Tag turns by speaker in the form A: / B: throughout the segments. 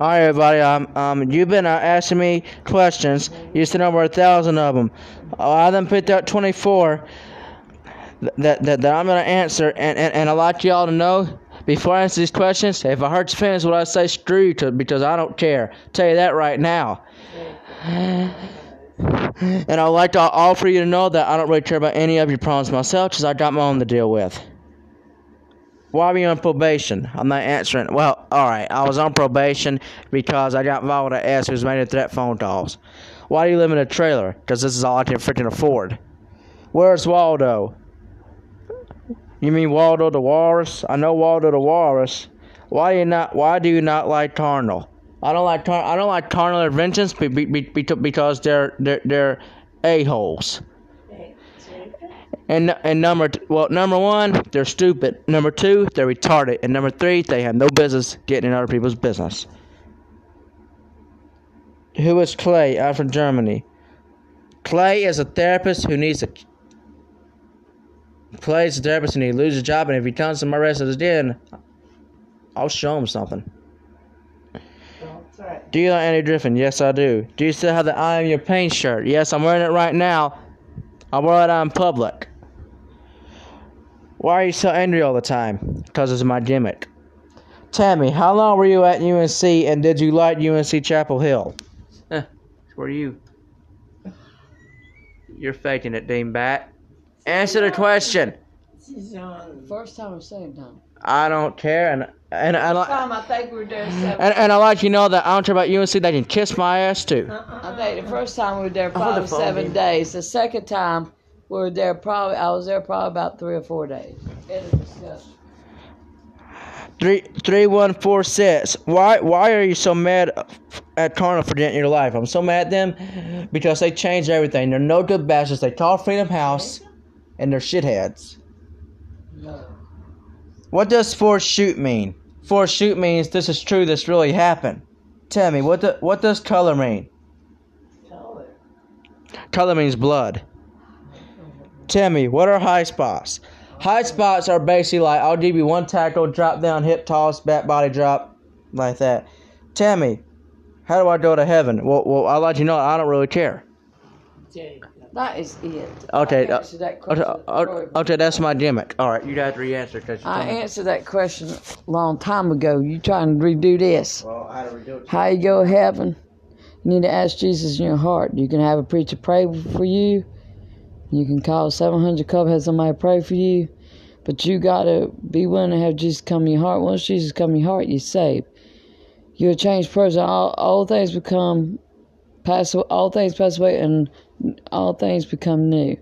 A: All right, everybody. Um, um, you've been uh, asking me questions. You sent over a thousand of them. I then picked out 24 that, that, that I'm gonna answer, and, and, and I'd like y'all to know before I answer these questions. If it hurts feelings, what I say, screw you, to, because I don't care. Tell you that right now. And I'd like to offer you to know that I don't really care about any of your problems myself, because I got my own to deal with. Why were you on probation? I'm not answering. Well, all right. I was on probation because I got involved with an ass who's making threat phone calls. Why do you live in a trailer? Because this is all I can freaking afford. Where's Waldo? You mean Waldo the Walrus? I know Waldo the Walrus. Why do you not? Why do you not like Tarnal? I don't like tar- I don't like Tarnal Inventions be- be- be- be- because they're they're they're a holes. And and number t- well, number one, they're stupid. Number two, they're retarded. And number three, they have no business getting in other people's business. Who is Clay? I'm from Germany. Clay is a therapist who needs a. Clay is a therapist and he loses a job. And if he comes to my residence again, I'll show him something.
B: That's all right.
A: Do you like Andy Griffin? Yes, I do. Do you still have the I Am Your Pain shirt? Yes, I'm wearing it right now. I wore it out in public. Why are you so angry all the time? Because it's my gimmick. Tammy, how long were you at UNC and did you like UNC Chapel Hill? were you? You're faking it, Deanbat. Answer the question.
B: She's on.
C: First time or second time?
A: I don't care, and and I like
B: Time I think we were there seven.
A: and, and I like you know that I don't care about UNC. They can kiss my ass too.
C: I think the first time we were there
A: the
C: five or
A: phone
C: seven
A: did.
C: days. The second time we were there probably I was there probably about three or four days. It was disgusting.
A: Three three one four six. Why why are you so mad at Carnival for getting your life? I'm so mad at them because they changed everything. They're no good bastards. They call Freedom House, and they're shitheads.
C: No.
A: What does force shoot mean? Force shoot means this is true. This really happened. Tell me what the, what does color mean?
B: Color.
A: Color means blood. Tell me, what are high spots? High spots are basically like I'll give you one tackle, drop down, hip toss, back body drop, like that. Tell me, how do I go to heaven? Well, well I'll let you know I don't really care.
B: Jane.
C: That is it.
A: Okay,
C: I
A: uh,
C: answered that
A: Okay,
C: question.
A: uh, okay that's my gimmick. All right, you got to re-answer because you
C: I answered that question a long time ago. You trying to redo this?
A: Well, I had to redo it.
C: How you go to heaven? You need to ask Jesus in your heart. You can have a preacher pray for you. You can call 700 Club, have somebody pray for you. But you got to be willing to have Jesus come in your heart. Once Jesus come in your heart, you're saved. You're a changed person. All, all things become, pass, all things pass away and all things become new.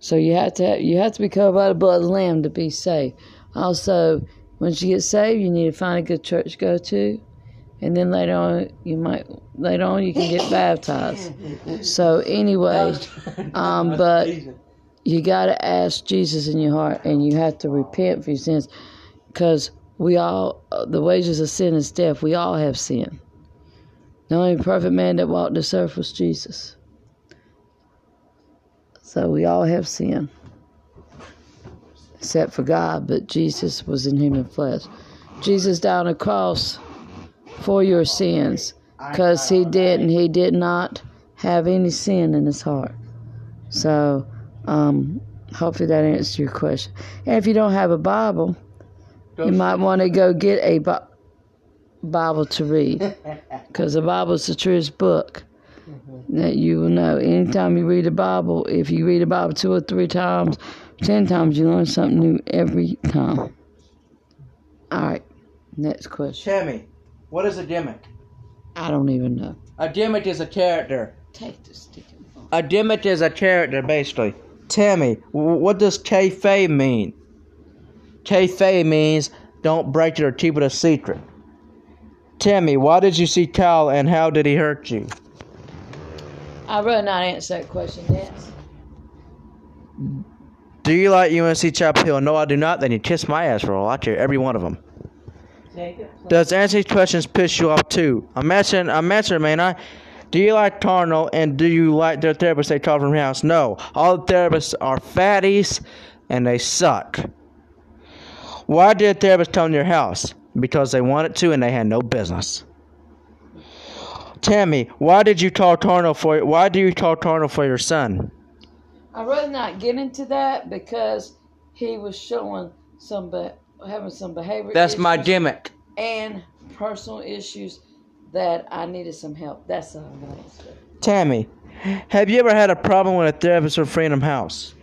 C: So you have to have, you have to be covered by the blood of the Lamb to be saved. Also, once you get saved, you need to find a good church to go to, and then later on you might later on you can get baptized. So anyway, um, but you got to ask Jesus in your heart, and you have to repent for your sins, because we all uh, the wages of sin is death. We all have sin. The only perfect man that walked this earth was Jesus. So we all have sin. Except for God, but Jesus was in human flesh. Jesus died on the cross for your sins because he didn't he did not have any sin in his heart. So um hopefully that answers your question. And if you don't have a Bible, you might want to go get a Bi- Bible to read because the Bible is the truest book that you will know. Anytime you read the Bible, if you read the Bible two or three times, ten times, you learn something new every time. All right, next question.
A: Tell me, what is a gimmick?
C: I don't even know.
A: A gimmick is a character.
C: Take this sticking phone.
A: A gimmick is a character, basically. Tell me, wh- what does kayfabe mean? Kayfabe means don't break it or keep it a secret. Tell me, why did you see Kyle and how did he hurt you?
C: I'd rather not answer that question. Next.
A: Do you like UNC Chapel Hill? No, I do not. Then you kiss my ass for all I care. Every one of them.
B: Jacob.
A: Does answering these questions piss you off too? I'm answering. I'm answering, man. I. Do you like Tarnal and do you like their therapist they talk from house? No. All therapists are fatties and they suck. Why did therapists come to your house? Because they wanted to and they had no business. Tammy, why did you call Tarno for? Why do you call Tarno for your son?
C: I'd rather not get into that because he was showing some, be- having some behavior.
A: That's my
C: issues
A: gimmick.
C: and personal issues that I needed some help. That's all I'm gonna say.
A: Tammy, have you ever had a problem with a therapist or Freedom House?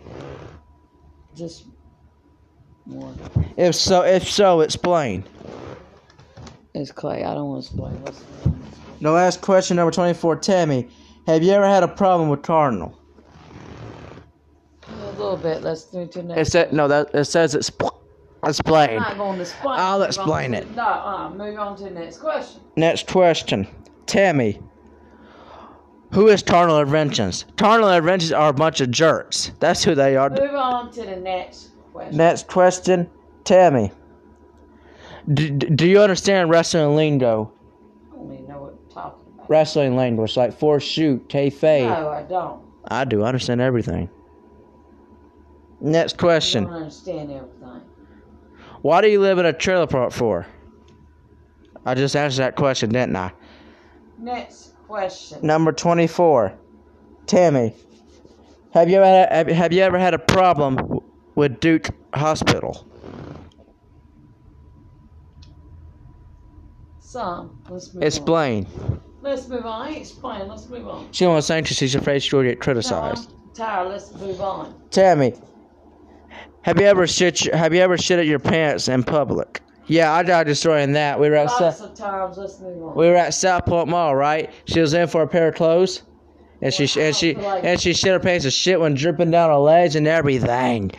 C: Just one.
A: If so, if so, explain.
C: It's Clay. I don't want to explain what's going on.
A: The last question, number twenty-four, Tammy, have you ever had a problem with Cardinal?
C: A little bit. Let's do to
A: It
C: next.
A: said no. That it says it's
C: I'm
A: explain.
C: not going to explain.
A: I'll
C: Move on
A: explain
C: to-
A: it.
C: No, uh, move on to the next question.
A: Next question, Tammy. Who is Tarnal Inventions? Tarnal Inventions are a bunch of jerks. That's who they are.
C: Move on to the next question.
A: Next question, Tammy. D- d- do you understand wrestling lingo?
C: I don't even know what you're talking about.
A: Wrestling language, like four shoot, kayfabe.
C: No, I don't.
A: I do. I understand everything. Next
C: I
A: question.
C: don't understand everything.
A: Why do you live in a trailer park for? I just answered that question, didn't I?
C: Next question.
A: Number 24. Tammy, have you ever have, have you ever had a problem w- with Duke Hospital?
C: Some. Let's move on.
A: Explain.
C: Let's move on. I ain't explaining. Let's move on.
A: She wants to she's afraid she'll get
C: No, I'm
A: criticized.
C: tired. Let's move on.
A: Tammy, have you ever shit your- have you ever shit at your pants in public? Yeah, I died destroying that. We were at
C: Lots
A: South,
C: of times. Let's move on.
A: we were at South Point Mall, right? She was in for a pair of clothes, and she
C: Wow,
A: and she
C: like-
A: and she shit her pants and shit went dripping down her legs and everything.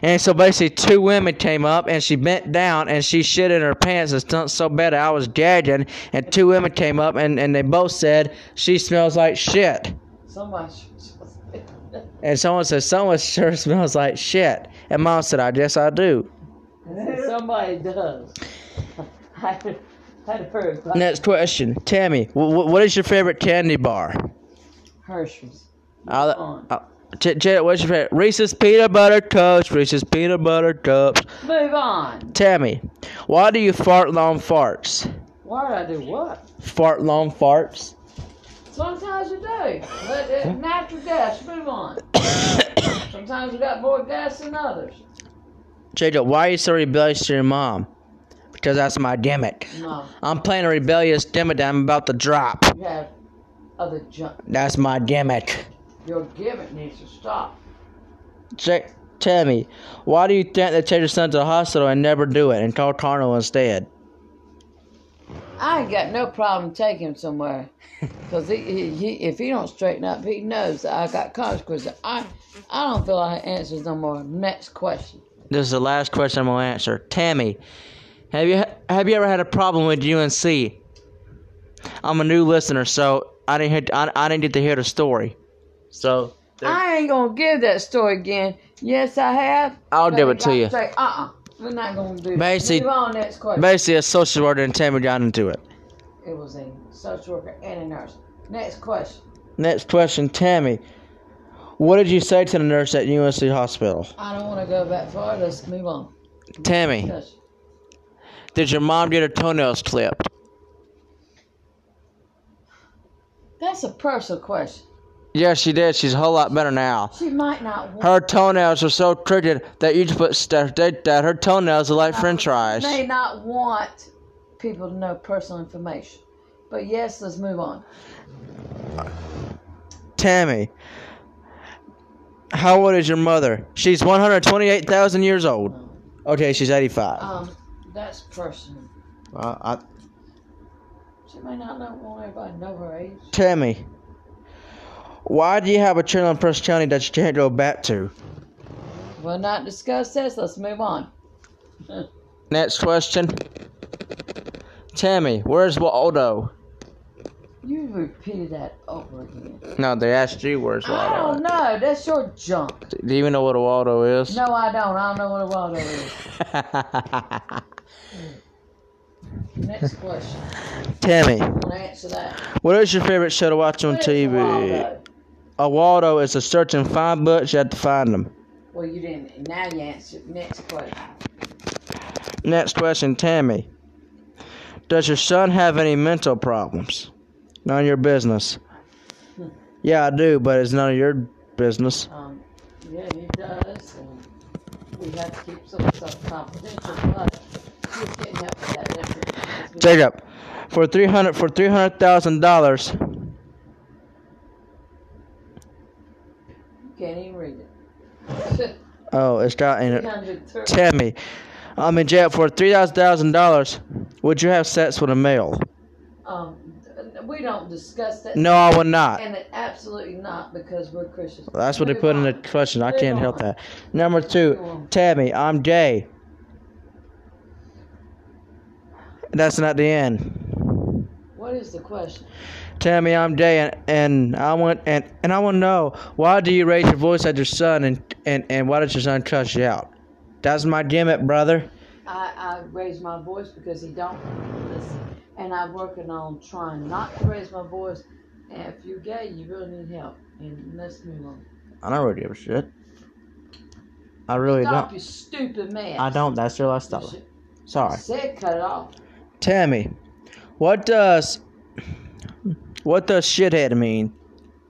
A: And so basically, two women came up and she bent down and she shit in her pants. It stunk so bad I was gagging. And two women came up and, and they both said she smells like shit.
C: So much.
A: And someone said, Someone sure smells like shit. And mom said, I guess I do.
C: Somebody does. I had heard about
A: Next question Tammy, wh- wh- what is your favorite candy bar?
C: Hershey's.
A: I'll, I'll, J- J- what's your favorite? Reese's Peanut Butter Cups, Reese's Peanut Butter Cups.
C: Move on.
A: Tammy, why do you fart long farts?
C: Why did I do what?
A: Fart long farts?
C: Sometimes you do. Let it- Natural gas. Move on. Sometimes you got more gas than others.
A: Jacob, why are you so rebellious to your mom? Because that's my gimmick.
C: No,
A: I'm playing a rebellious gimmick that I'm about to drop.
C: you have other junk.
A: That's my gimmick.
C: Your gimmick needs to stop.
A: Check, tell me, why do you think they take your son to the hospital and never do it and call Carnal instead?
C: I ain't got no problem taking him somewhere. Because he, he, he, if he don't straighten up, he knows that I got consequences. I, I don't feel like answers no more. Next question.
A: This is the last question I'm gonna answer. Tammy, have you have you ever had a problem with UNC? I'm a new listener, so I didn't hear, I, I didn't get to hear the story. So
C: I ain't gonna give that story again. Yes, I have.
A: I'll
C: but
A: give
C: I
A: it to
C: gotta
A: you.
C: say, Uh-uh. We're not gonna do.
A: Basically-
C: That. Move on. Next question.
A: basically, a social worker and Tammy got into it.
C: it was a social worker and a nurse. Next question.
A: Next question, Tammy. What did you say to the nurse at UNC Hospital?
C: I don't want to go back far. Let's move on.
A: Tammy,
C: Yes.
A: did your mom get her toenails clipped?
C: That's a personal question.
A: Yes, she did. She's a whole lot better now.
C: She might not want.
A: Her toenails are so crooked that you just put stuff that that her toenails are like French fries.
C: may not want people to know personal information. But yes, let's move on.
A: Tammy, how old is your mother? She's 128,000 years old. Okay, she's 85.
C: Um, that's personal.
A: Uh, I,
C: She may not know, want everybody to know her age.
A: Tammy, why do you have a channel in Prince County that you can't go back to?
C: We'll not discuss this. Let's move on.
A: Next question. Tammy, where's Waldo?
C: You repeated that over again.
A: No, they asked you where's
C: I don't
A: Waldo. at.
C: know. That's your junk.
A: Do you even know what a Waldo is?
C: No, I don't. I don't know what a Waldo is. Next question.
A: Tammy,
C: I'm gonna answer that.
A: what is your favorite show to watch on
C: What is a
A: TV?
C: Waldo?
A: A Waldo is to search and find books, you have to find them.
C: Well, you didn't. Now you answered. Next question.
A: Next question, Tammy. Does your son have any mental problems? None of your business. Yeah, I do, but it's none of your business.
C: Um, yeah, he does, and we have to keep some stuff confidential, but you can't help that difference. We-
A: Jacob, for three hundred for three hundred thousand dollars.
C: Can't even read it.
A: Oh, it's got in it.
C: 330.
A: Tell me, I mean, Jacob, for three thousand dollars, would you have sex with a male?
C: Um, we don't discuss that.
A: No, I would not.
C: And it- absolutely not because we're Christians.
A: That's what they
C: Move
A: put in the
C: on.
A: question. I
C: Move
A: can't help
C: on.
A: that. Number two, Tammy, I'm gay. That's not the end.
C: What is the question?
A: Tammy, I'm gay, and, and I want and, and I want to know why do you raise your voice at your son, and, and and why does your son cuss you out? That's my gimmick, brother.
C: I, I raise my voice because he don't listen, and I'm working on trying not to raise my voice. And if you're gay, you really need help. And let's move on.
A: I don't really give a shit. I really
C: Stop
A: don't.
C: your stupid mess.
A: I don't. That's your last
C: You
A: dollar.
C: should- I
A: Sorry.
C: said cut it off.
A: Tammy, what does what does shithead mean?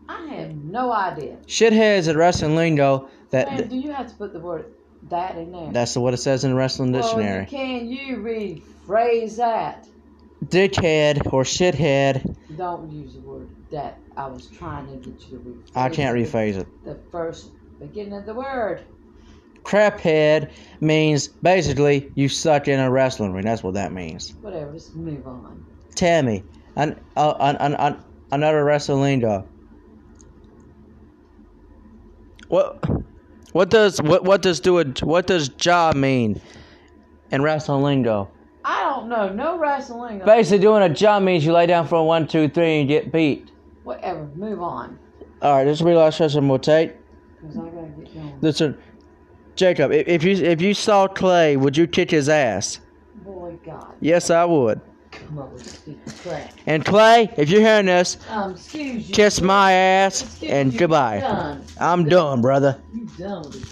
C: I have no idea.
A: Shithead is a wrestling lingo that
C: Man, do you have to put the word that in there?
A: that's what it says in the wrestling
C: Well,
A: dictionary.
C: can you rephrase that?
A: Dickhead or shithead,
C: Don't use the word that. I was trying to get you to rephrase.
A: I can't
C: the-
A: rephrase it.
C: The first beginning of the word.
A: Craphead means basically you suck in a wrestling ring. That's what that means.
C: Whatever. Let's move on.
A: Tammy, an, uh, an, an, an, another wrestling lingo. What what does what what does do a, what does job mean in wrestling lingo?
C: I don't know. No wrestling.
A: Basically, doing a jump means you lay down for a one, two, three, and you get beat.
C: Whatever. Move on.
A: All right, this will be the last question we'll take.
C: 'Cause I gotta get going.
A: Listen, Jacob, if, if you if you saw Clay, would you kick his ass?
C: Boy, God.
A: Yes, I would.
C: Come on. Let's get crap.
A: And Clay, if you're hearing this,
C: Um, excuse you.
A: kiss my ass
C: Excuse
A: and
C: you.
A: goodbye.
C: Done.
A: I'm done, brother.
C: You done with it.